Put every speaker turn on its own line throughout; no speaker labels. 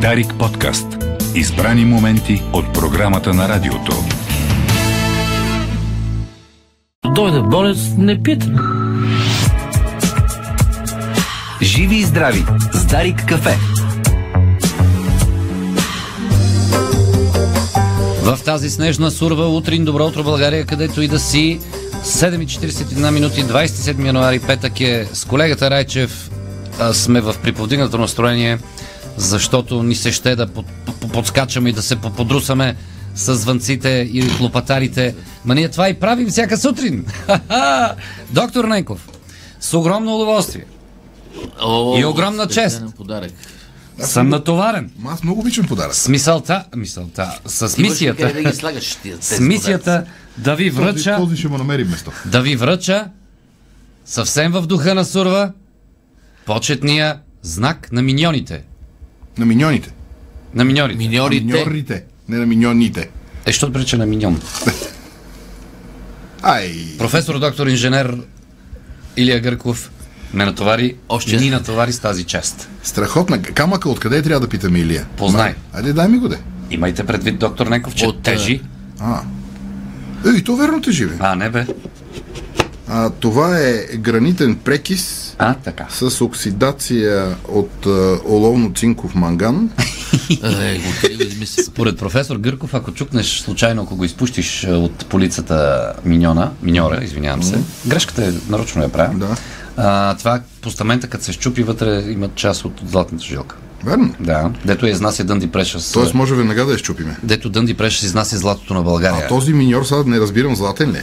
Дарик подкаст. Избрани моменти от програмата на радиото.
Дойде болест, не питам.
Живи и здрави с Дарик кафе.
В тази снежна сурва утрин добро утро България, където и да си 7.41 минути, 27 януари, петък е с колегата Райчев. а, Сме в приповдигнато настроение, защото ни се ще да под, по- подскачаме и да се по- подрусаме с звънците и лопатарите. Ма ние това и правим всяка сутрин. Ха-ха! Доктор Ненков, с огромно удоволствие.
О,
И огромна
специален
чест.
Подарък.
Съм натоварен.
Ма Аз много обичам подарък.
С мисълта, мисълта, с
Имаш ли
мисията,
къде да ги слагаш тия тези
с мисията да ви
Този,
връча
този ще му намери место.
да ви връча съвсем в духа на сурва почетния знак на миньоните.
На миньоните.
На миньорите.
подаръци? Миньорите.
Миньорите. Не на миньоните.
Е, що прече на миньон?
Ай,
Професор, доктор, инженер Илия Гърков ме натовари,
Още.
ни натовари с тази част.
страхотна камъка, откъде трябва да питаме Илия?
Познай.
Айде, дай ми го де.
Имайте предвид, доктор Неков, че
От, е,
От, тежи.
А. Ей, то верно те живи.
А, не бе.
А, това е гранитен прекис
А, така.
с оксидация от а, оловно-цинков манган.
Е, го откри го измисли.
Поред професор Гърков, ако чукнеш случайно, ако го изпущиш е, от полицата миньона, миньора, извинявам се, грешката е, нарочно я правя.
Да.
А, това постамента, като се щупи, вътре има част от златната жилка.
Верно.
Да. Дето я изнася Дънди Прешъс.
Тоест може веднага да я щупиме.
Дето Дънди Прешъс изнася златото на България.
А този миньор сега не разбирам златен ли? е?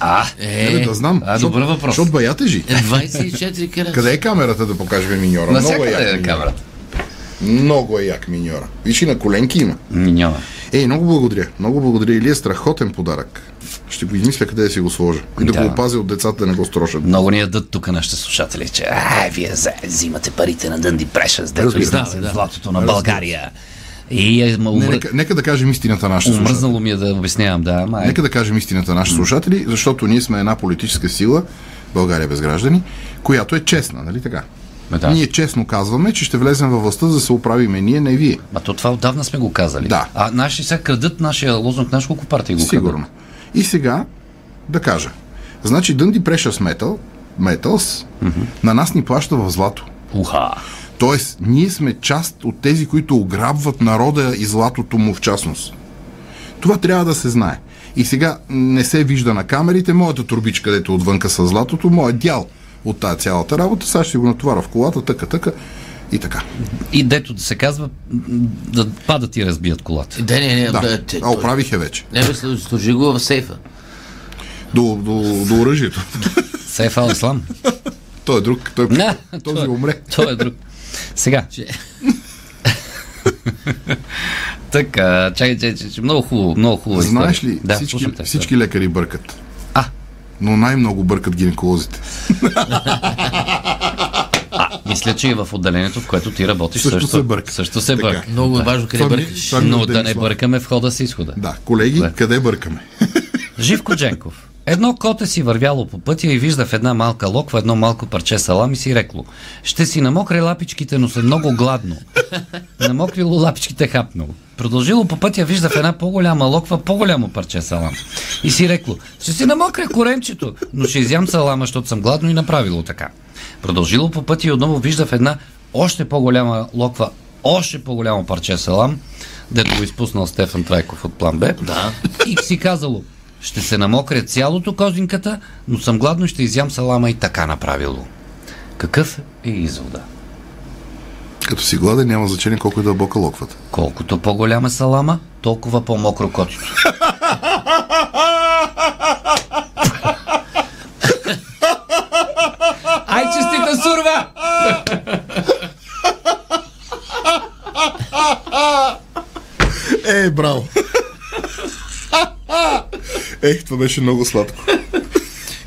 А,
Не
Е,
бе, да знам.
а,
Защото-
добър въпрос. Е,
Защото бая тежи.
24 карата.
Къде е камерата да покажем миньора? Много е
навсякъде
як
е
миньора.
камерата.
Много е як миньора. Виж и на коленки има.
Миньона.
Ей, много благодаря. Много благодаря. Или е страхотен подарък. Ще го измисля къде да си го сложа. И да,
Да.
го опазя от децата да не го строшат.
Много ни ядат тук нашите слушатели, че а, вие взе- взимате парите на Дънди Прешъс, дето
Разбира се,
изнася златото на България. И е, ма,
Не,
умр...
нека, нека да кажем истината на нашите слушатели.
умръзнало ми е да обяснявам, да, ама е.
Нека да кажем истината на нашите слушатели, защото ние сме една политическа сила, България без граждани, която е честна, нали така?
Ме, да.
Ние честно казваме, че ще влезем във властта, за да се оправиме ние, не вие.
Ма то това отдавна сме го казали.
Да.
А наши сега крадат нашия лозунг, знаеш колко партии го
Сигурно. И сега да кажа. Значи Дънди Precious Metal, Metals, на нас ни плаща в злато.
крадат? Уха.
Тоест, ние сме част от тези, които ограбват народа и златото му в частност. Това трябва да се знае. И сега не се вижда на камерите моята турбичка, където е отвънка с златото, моят дял от тази цялата работа. Сега ще го натоваря в колата, тъка, тъка и така.
И дето да се казва, м, да падат и разбият колата.
Да, не, не,
Да,
да, те,
а оправих я вече.
Не, бе, след- сложи го в сейфа.
До, до, до оръжието.
Сейф ал Ислам.
Той е друг. Той,
Не,
този умре.
Той е друг. Сега.
Че-
така, чакай, чакай, чакай, много хубаво, много хубаво.
Знаеш ли,
Да,
всички,
слушам те.
всички лекари бъркат.
А.
Но най-много бъркат гинеколозите.
Мисля, че и в отделението, в което ти работиш,
Също
също,
се бърка.
Също се
Така.
бърка.
Много е важно къде
Това ми-
бъркаш.
това ми е
Но
отдели
да не
слава.
бъркаме входа с изхода.
Да, колеги,
Да.
къде бъркаме?
Живко Дженков. Едно коте си вървяло по пътя и вижда в една малка локва едно малко парче салам и си рекло. Ще си намокре лапичките, но се много гладно. Намокрило лапичките хапнало. Продължило по пътя, вижда в една по-голяма локва по-голямо парче салам. И си рекло, ще си намокря коремчето, но ще изям салама, защото съм гладно и направило така. Продължило по пътя и отново вижда в една още по-голяма локва още по-голямо парче салам, дето го изпуснал Стефан Трайков от план Б. Да. И си казало, ще се намокря цялото козинката, но съм гладно и ще изям салама и така направило. Какъв е извода?
Като си гладен, няма значение колко е дълбока локвата.
Колкото по-голяма салама, толкова по-мокро котито. Ай, честита сурва!
Е, браво! Ех, това беше много сладко.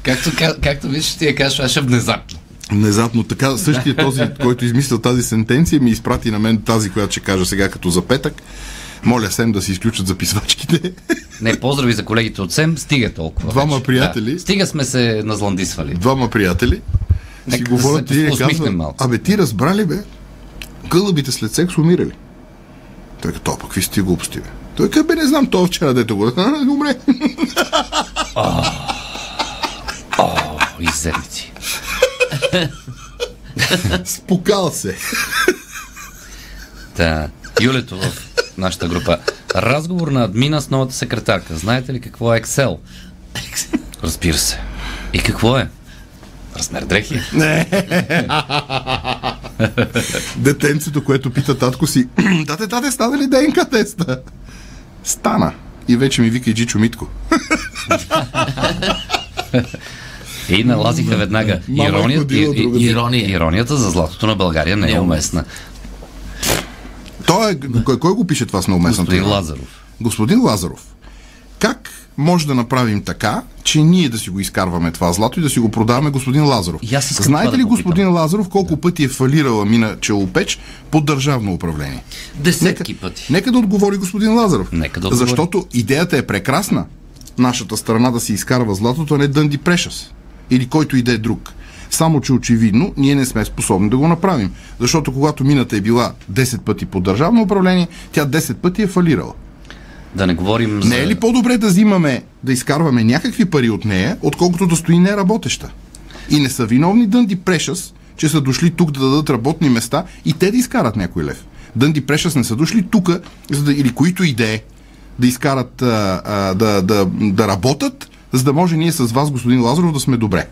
Както, ка- както виж, ще ти я кажа, аз ще внезапно.
Внезапно така, същия този, който измислил тази сентенция, ми изпрати на мен тази, която ще кажа сега като за петък. Моля Сем да си изключат записвачките.
Не, поздрави за колегите от СЕМ, стига толкова.
Двама
вече.
приятели.
Да, стига сме се назландисвали.
Двама приятели си
Нека да
говорят
се
и я
усмихнем
казват,
малко.
абе ти разбрали бе, гълъбите след секс умирали. Той е като, «О, пък какви сте глупости, бе? Той като, бе, не знам, то вчера дето го... А, Добре.
О, изземци.
Спукал се.
Та, Юлето в нашата група. Разговор на админа с новата секретарка. Знаете ли какво е Excel? Разбира се. И какво е? Размер дрехи.
Детенцето, което пита татко си, тате, тате, стана ли ДНК теста? Стана. И вече ми вика и Джичо Митко.
И налазиха веднага.
Мама е
Ирония,
ходила
и- и-
другаде.
ирония. Иронията за златото на България не е уместна.
Той е... Кой, кой го пише това с неуместното?
Господин
име?
Лазаров.
Господин Лазаров, как може да направим така, че ние да си го изкарваме това злато и да си го продаваме господин Лазаров?
И аз искам
Знаете
това
ли
да попитам.
господин Лазаров колко пъти е фалирала мина Челопеч под държавно управление?
Десетки пъти.
Нека да отговори господин Лазаров.
Нека да отговори.
Защото идеята е прекрасна. Нашата страна да си изкарва златото, а не Дънди Прешас. Или който и да е друг. Само, че очевидно ние не сме способни да го направим. Защото когато мината е била 10 пъти под държавно управление, тя 10 пъти е фалирала.
Да не говорим за...
Не е ли по-добре да взимаме, да изкарваме някакви пари от нея, отколкото да стои неработеща? И не са виновни Дънди Прешас, че са дошли тук да дадат работни места и те да изкарат някой лев. Дънди Прешас не са дошли тук, за да, или които идеи, да изкарат, а, а, да, да, да работят, за да може ние с вас, господин Лазаров, да сме добре.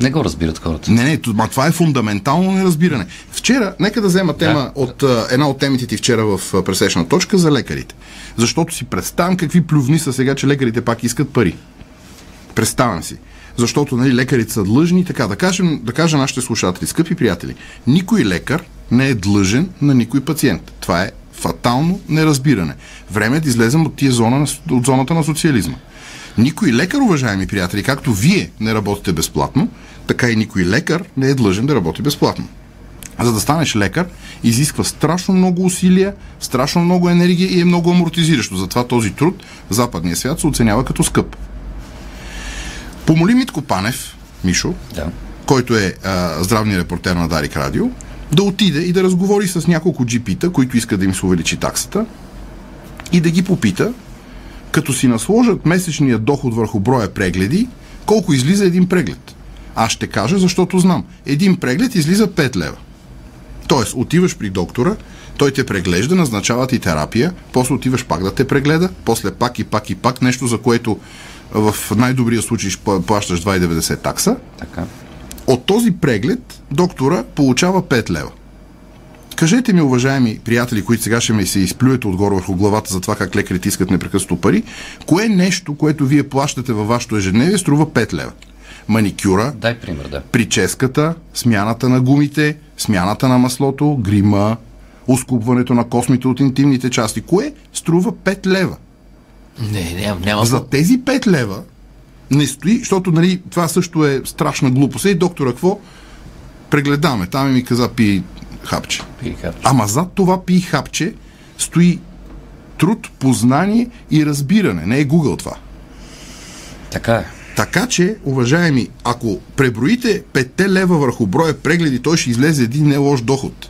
Не го разбират хората.
Не, не, т- ма това е фундаментално неразбиране. Вчера, нека да взема тема от а, една от темите ти вчера в а, пресечна точка за лекарите. Защото си представям какви плювни са сега, че лекарите пак искат пари. Представям си. Защото нали, лекарите са длъжни, така да кажем, да кажа нашите слушатели, скъпи приятели, никой лекар не е длъжен на никой пациент. Това е фатално неразбиране. Време е да излезем от, тия зона, на с- от зоната на социализма. Никой лекар, уважаеми приятели, както вие не работите безплатно, така и никой лекар не е длъжен да работи безплатно. За да станеш лекар, изисква страшно много усилия, страшно много енергия и е много амортизиращо. Затова този труд в западния свят се оценява като скъп. Помоли Митко Панев, Мишо,
Да.
който е а, здравния репортер на Дарик Радио, да отиде и да разговори с няколко джипита, които искат да им се увеличи таксата, и да ги попита, като си насложат месечния доход върху броя прегледи, колко излиза един преглед. Аз ще кажа, защото знам. Един преглед излиза 5 лева. Тоест, отиваш при доктора, той те преглежда, назначава ти терапия, после отиваш пак да те прегледа, после пак и пак и пак, нещо за което в най-добрия случай ще пла- плащаш 2,90 такса.
Така.
От този преглед доктора получава 5 лева. Кажете ми, уважаеми приятели, които сега ще ми се изплюете отгоре върху главата за това как лекарите искат непрекъснато пари, кое нещо, което вие плащате във вашето ежедневие, струва 5 лева? Маникюра,
Дай пример, да.
прическата, смяната на гумите, смяната на маслото, грима, ускупването на космите от интимните части. Кое струва 5 лева?
Не, няма, няма.
За тези 5 лева не стои, защото нали, това също е страшна глупост. И доктора какво? Прегледаме. Там ми каза пи хапче.
Пилихарче.
Ама зад това пи хапче стои труд, познание и разбиране. Не е Google това.
Така е.
Така че, уважаеми, ако преброите 5 лева върху броя прегледи, той ще излезе един не лош доход.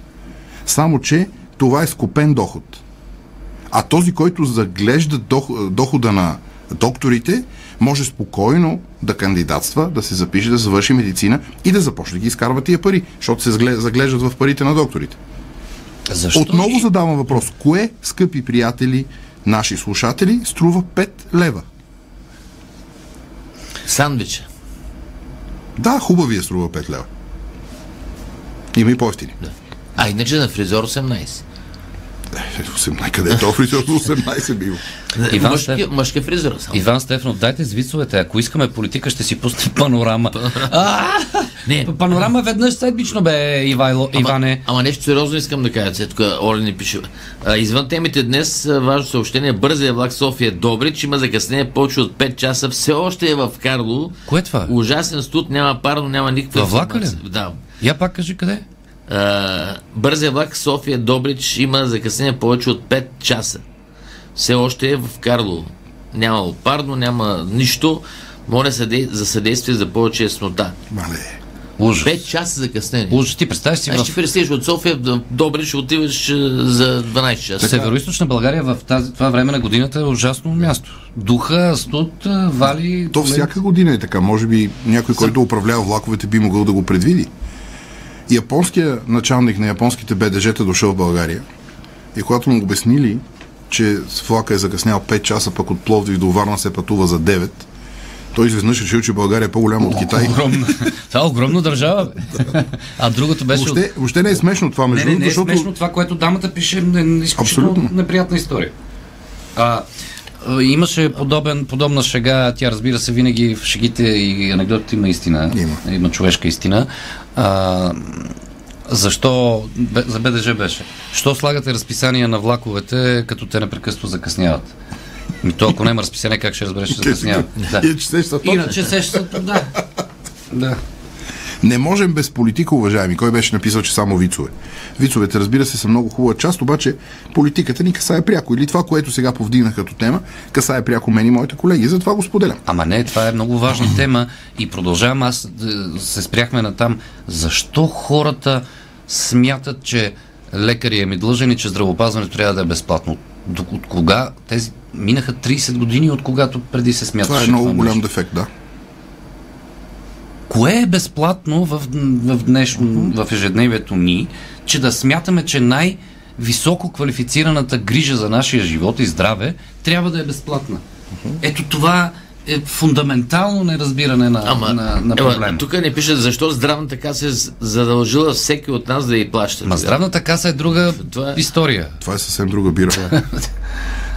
Само, че това е скопен доход. А този, който заглежда дох- дохода на докторите, може спокойно да кандидатства, да се запише, да завърши медицина и да започне да ги изкарва тия пари, защото се згле- заглеждат в парите на докторите.
Защо?
Отново задавам въпрос. Кое, скъпи приятели, наши слушатели, струва 5 лева?
Сандвича.
Да, хубавия струва 5 лева. Има и по-ефтини.
А иначе на фризор 18.
Е, 18, къде е то фризьор за 18 бива?
Иван
мъжки,
Стеф-
мъжки фризор само.
Иван Стефанов, дайте с вицовете. Ако искаме политика, ще си пусне панорама. А,
Не,
П- Панорама веднъж седмично бе, Ивайло, Иване.
Ама нещо сериозно искам да кажа, сега тук Оля ни пише. А, извън темите днес, а, важно съобщение, бързия влак София е Добрич има закъснение повече от 5 часа, все още е в Карло.
Кое е това?
Ужасен студ, няма парно, няма никаква
Във влака ли?
информация. Да.
Я пак кажи къде.
А, бързия влак София е Добрич има закъснение повече от 5 часа. Все още е в Карло. Няма парно, няма нищо. Моля съде... за съдействие за повече яснота.
Мале.
Ужас.
5 часа закъснение.
Ужас. Ти представяш си
Аз
в
ще пресеш от София в Добре, ще отиваш е, за 12
е
часа.
Североизточна България в тази, това време на годината е ужасно място. Духа, студ, а, вали...
То всяка година е така. Може би някой, който управлява влаковете, би могъл да го предвиди. Японския началник на японските БДЖ-та дошъл в България и когато му обяснили, че с влака е закъснял 5 часа, пък от Пловдив до Варна се пътува за 9, той изведнъж решил, че България е по-голяма от Китай.
Огромна. Това е огромна държава. бе. а другото беше... от-
Въобще, въобще не е смешно това,
Не,
между
не,
другото,
не е
защото...
смешно това, което дамата пише, е изключително
Абсолютно.
неприятна история. А, а, имаше подобен, подобна шега, тя разбира се винаги в шегите и анекдотите има истина.
Има.
има човешка истина. А, защо, бе- за БДЖ беше, що слагате разписания на влаковете, като те непрекъснато закъсняват? Ми то, ако няма разписание, как ще разбереш, че закъсняват? Да.
Е, че се ще точно.
Иначе се ще... се- Да. да.
Не можем без политика, уважаеми. Кой беше написал, че само вицове? Вицовете, разбира се, са много хубава част, обаче политиката ни касае пряко. Или това, което сега повдигнах като тема, касае пряко мен и моите колеги. Затова го споделям.
Ама не, това е много важна тема и продължавам. Аз да, се спряхме на там. Защо хората смятат, че лекария ми длъжен и че здравеопазването трябва да е безплатно? До, от кога тези минаха 30 години, от когато преди се смяташе?
Това е много голям
нещо?
дефект, да.
Кое е безплатно в, в, днешно, в ежедневието ни, че да смятаме, че най-високо квалифицираната грижа за нашия живот и здраве трябва да е безплатна? Ето това е фундаментално неразбиране на,
Ама,
на, на
ема,
проблема.
тук не пише защо здравната каса е з- задължила всеки от нас да я плаща.
Ма здравната каса е друга
Това е-
история.
Това е съвсем друга бира.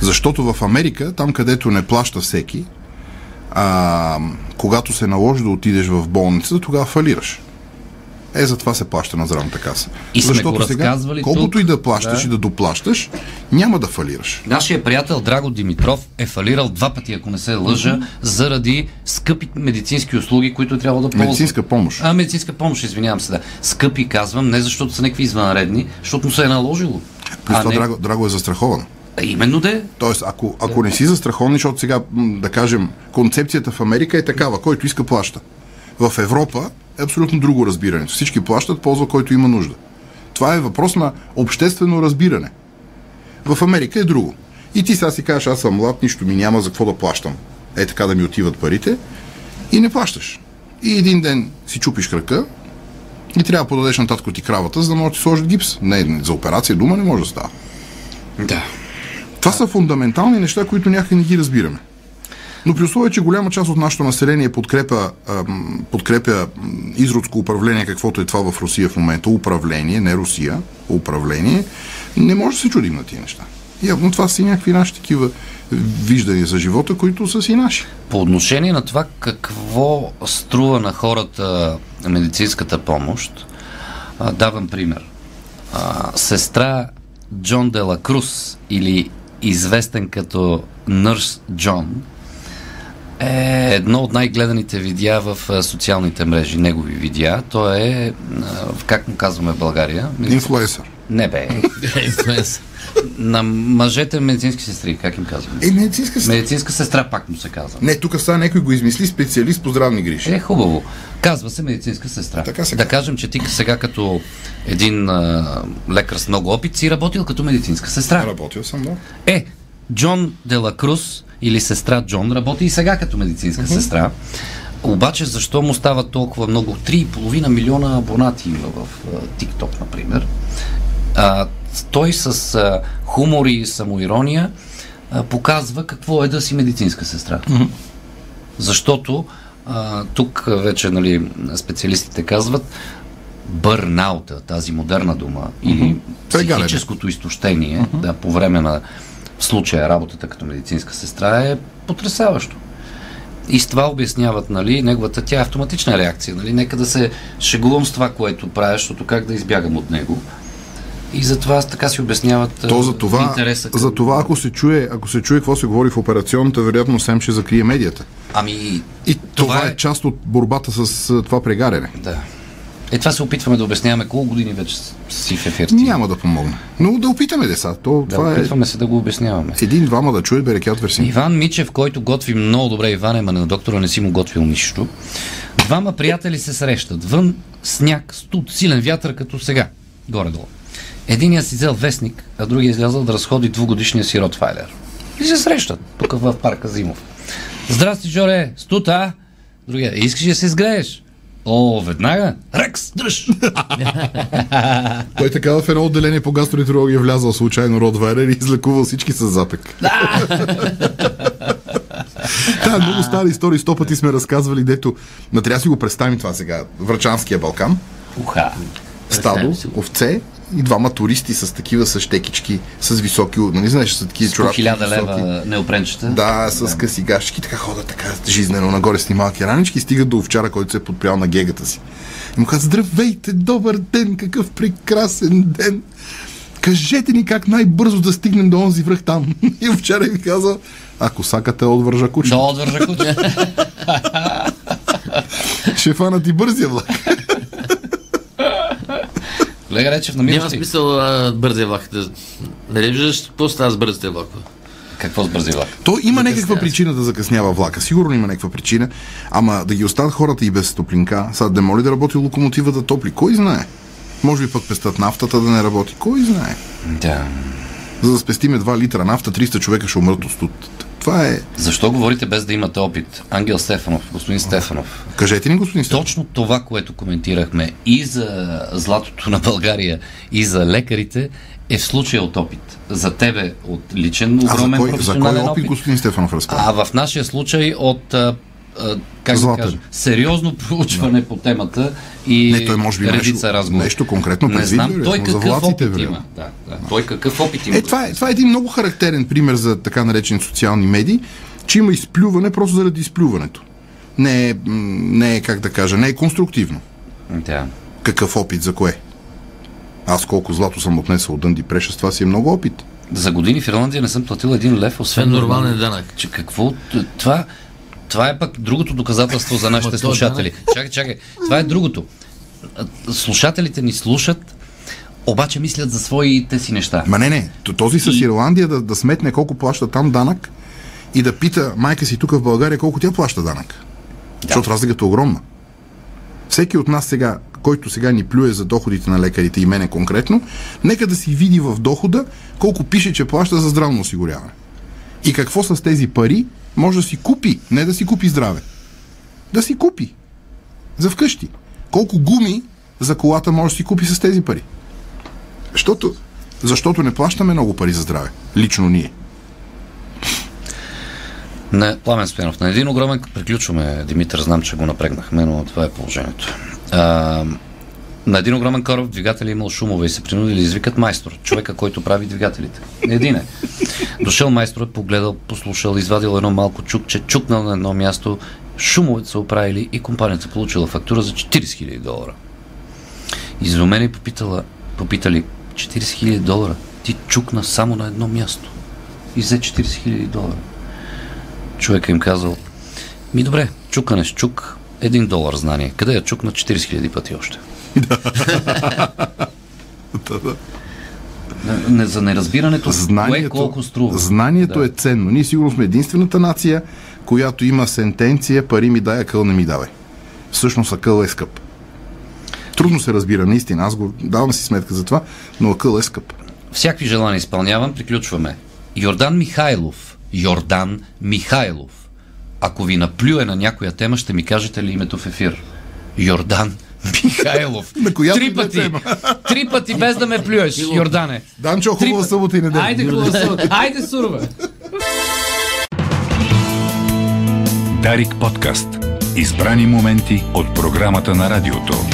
Защото в Америка, там където не плаща всеки, а, когато се наложи да отидеш в болницата, тогава фалираш. Е, затова се плаща на здравната каса.
И сме
Защото
го
сега,
разказвали
колкото
тук.
и да плащаш
Да.
и да доплащаш, няма да фалираш.
Нашия приятел Драго Димитров е фалирал два пъти, ако не се лъжа, заради скъпи медицински услуги, които трябва да ползва.
Медицинска помощ.
А, медицинска помощ, извинявам се, да. Скъпи казвам, не защото са някакви извънредни, защото му се е наложило.
Плюс това
не...
драго, драго е застраховано.
А, именно де.
Тоест, ако, ако не си застрахован, защото сега, м, да кажем, концепцията в Америка е такава, който иска плаща. В Европа е абсолютно друго разбиране. Всички плащат, ползва който има нужда. Това е въпрос на обществено разбиране. В Америка е друго. И ти сега си кажеш, аз съм млад, нищо ми няма, за какво да плащам. Е така да ми отиват парите. И не плащаш. И един ден си чупиш крака и трябва да подадеш на татко ти кравата, за да може да ти сложат гипс. Не, не, за операция дума не може да става.
Да.
Това са фундаментални неща, които някак не ги разбираме. Но при условие, че голяма част от нашето население подкрепя, ам, подкрепя м, изродско управление, каквото е това в Русия в момента, управление, не Русия, управление, не може да се чудим на тия неща. Явно това са и някакви наши такива виждания за живота, които са си наши.
По отношение на това какво струва на хората медицинската помощ, а, давам пример. А, сестра Джон Дела Круз или известен като Нърс Джон е едно от най-гледаните видеа в а, социалните мрежи, негови видеа. Той е, а, как му казваме в България?
Инфлуенсър.
Не бе, на мъжете медицински сестри, как им казваме?
Е, медицинска сестра.
Медицинска сестра пак му се казва.
Не, тук сега някой го измисли специалист по здравни грижи.
Е, хубаво. Казва се медицинска сестра.
Така се
да
казва.
кажем, че ти сега като един а, лекар с много опит си работил като медицинска сестра.
Работил съм, да.
Е, Джон Делакрус или сестра Джон работи и сега като медицинска сестра. Обаче защо му става толкова много? 3,5 милиона абонати има в а, TikTok, например. А, той с а, хумор и самоирония а, показва какво е да си медицинска сестра. Защото а, тук а, вече нали, специалистите казват бърнаута, тази модерна дума, или
Прегаляне.
психическото изтощение да, по време на в случая работата като медицинска сестра е потрясаващо. И с това обясняват, нали, неговата тя е автоматична реакция, нали, нека да се шегувам с това, което правя, защото как да избягам от него. И затова аз така си обясняват а,
То за това,
интереса. към-
за това ако, се чуе, ако се чуе какво се говори в операционната, вероятно СЕМ ще закрие медията.
Ами,
И това,
Това
това
е-
е част от борбата с а, това прегаряне.
да. Е, това се опитваме да обясняваме колко години вече с- си в ефир. ти.
Няма да помогне. Но да опитаме деца. То,
Да,
това е
опитваме се да го обясняваме.
един-двама да чуе берекят версин.
Иван Мичев, който готви е, много добре Иван, ама на доктора не си му готвил нищо. Двама приятели се срещат вън сняг, студ, силен вятър, като сега. Горе-долу. Единият си взел вестник, а другия излязъл да разходи двугодишния си ротвайлер. И се срещат, тук в парка Зимов. Здрасти, Жоре, стута, а? Другия, искаш ли да се изгрееш? О, веднага? Рекс, дръж!
Той така в едно отделение по гастроентерология е влязал случайно Родвайлер и излекувал всички с запек. Да, много стари истории, сто пъти сме разказвали, дето... Ма трябва да си го представим това сега. Врачанския Балкан,
Уха!
стадо,
Представям си го.
овце и двама туристи с такива с щекички, с високи, нали знаеш, с такива
По
чорапи.
хиляда
високи.
лева неопренчета.
Да, с къси гащики, така ходят така жизнено нагоре с ни малки ранички и стигат до овчара, който се е подпрял на гегата си. И му каза, здравейте, добър ден, какъв прекрасен ден. Кажете ни как най-бързо да стигнем до онзи връх там. И овчара ви каза, ако сакате отвържа куче,
Да, отвържа куче.
ще фанат и бързия влак.
Лега Речев,
Няма
намираш ли?
смисъл а, бързия влак. Да... Нали виждаш какво става с бързите влакове?
Какво с бързила?
То има някаква
Закъснява се.
причина да закъснява влака. Сигурно има някаква причина. Ама да ги остават хората и без топлинка. Сега да моли да работи локомотивата топли. Кой знае? Може би пък пестат нафтата да не работи. Кой знае?
Да.
За да спестиме 2 литра нафта, 300 човека ще умрат от студ. Това е...
Защо говорите без да имате опит? Ангел Стефанов, господин Стефанов.
Кажете ни, господин Стефанов.
Точно това, което коментирахме и за златото на България, и за лекарите, е в случая от опит. За тебе от личен
А за
огромен
кой, за кой
професионален
опит,
опит.
господин Стефанов разказва?
А в нашия случай от а, а, как да
Златен.
кажа, сериозно проучване по темата и
Не, той може би има
редица
нещо-
разговори.
нещо конкретно
Не
предвидил
знам
ли е?
той
Но за
какъв
влаците,
опит
вероятно.
има. Да, да. Той какъв опит има.
Е, това е, това е един много характерен пример за така наречени социални медии, че има изплюване просто заради изплюването. Не е, м, не е как да кажа, не е конструктивно.
Да.
Какъв опит за кое? Аз колко злато съм отнесъл от Дънди Преша, с това си е много опит.
За години в Ирландия не съм платил един лев, освен
Освен е нормален данък.
Че какво? т- Това, това е пък другото доказателство за нашите
Ама то е
слушатели. Чакай, чакай. Това е другото. А, Слушателите ни слушат, обаче мислят за своите си неща.
Ма не, не, т- този с Ирландия да, да сметне колко плаща там данък и да пита майка си тук в България колко тя плаща данък. Да. Защото разликата е огромна. Всеки от нас сега, който сега ни плюе за доходите на лекарите и мене конкретно, нека да си види в дохода колко пише, че плаща за здравно осигуряване. И какво с тези пари може да си купи, не да си купи здраве. Да си купи. За вкъщи. Колко гуми за колата може да си купи с тези пари. Защото, защото не плащаме много пари за здраве. Лично ние.
На Пламен Спенов. На един огромен приключваме, Димитър, знам, че го напрегнахме, но това е положението. А, на един огромен кораб двигател е имал шумове и се принудили да извикат майстор, човека, който прави двигателите. Един е. Дошъл майсторът, погледал, послушал, извадил едно малко чукче, чукнал на едно място, шумовете са оправили и компанията получила фактура за 40 000 долара. Изумени попитала, попитали 40 000 долара. Ти чукна само на едно място. И взе 40 000 долара. Човека им казал, ми добре, чукане с чук, един долар знание. Къде я чукна 40 000 пъти още? Не- Не, за неразбирането, кое колко струва.
знанието
Да.
е ценно. Ние сигурно сме единствената нация, която има сентенция пари ми дай, акъл не ми давай. Всъщност акъл е скъп. Трудно се разбира, наистина. Аз го давам си сметка за това, но акъл е скъп.
Всякакви желания изпълнявам, приключваме. Йордан Михайлов. Йордан Михайлов. Ако ви наплюе на някоя тема, ще ми кажете ли името в ефир? Йордан Михайлов.
На която и
Три
да е
пъти.
тема.
Три пъти без да ме плюеш, Йордане.
Данчо, хубава
Три-
събота и неделя.
Айде, хубава сур- Айде, сурва.
Дарик подкаст. Избрани моменти от програмата на радиото.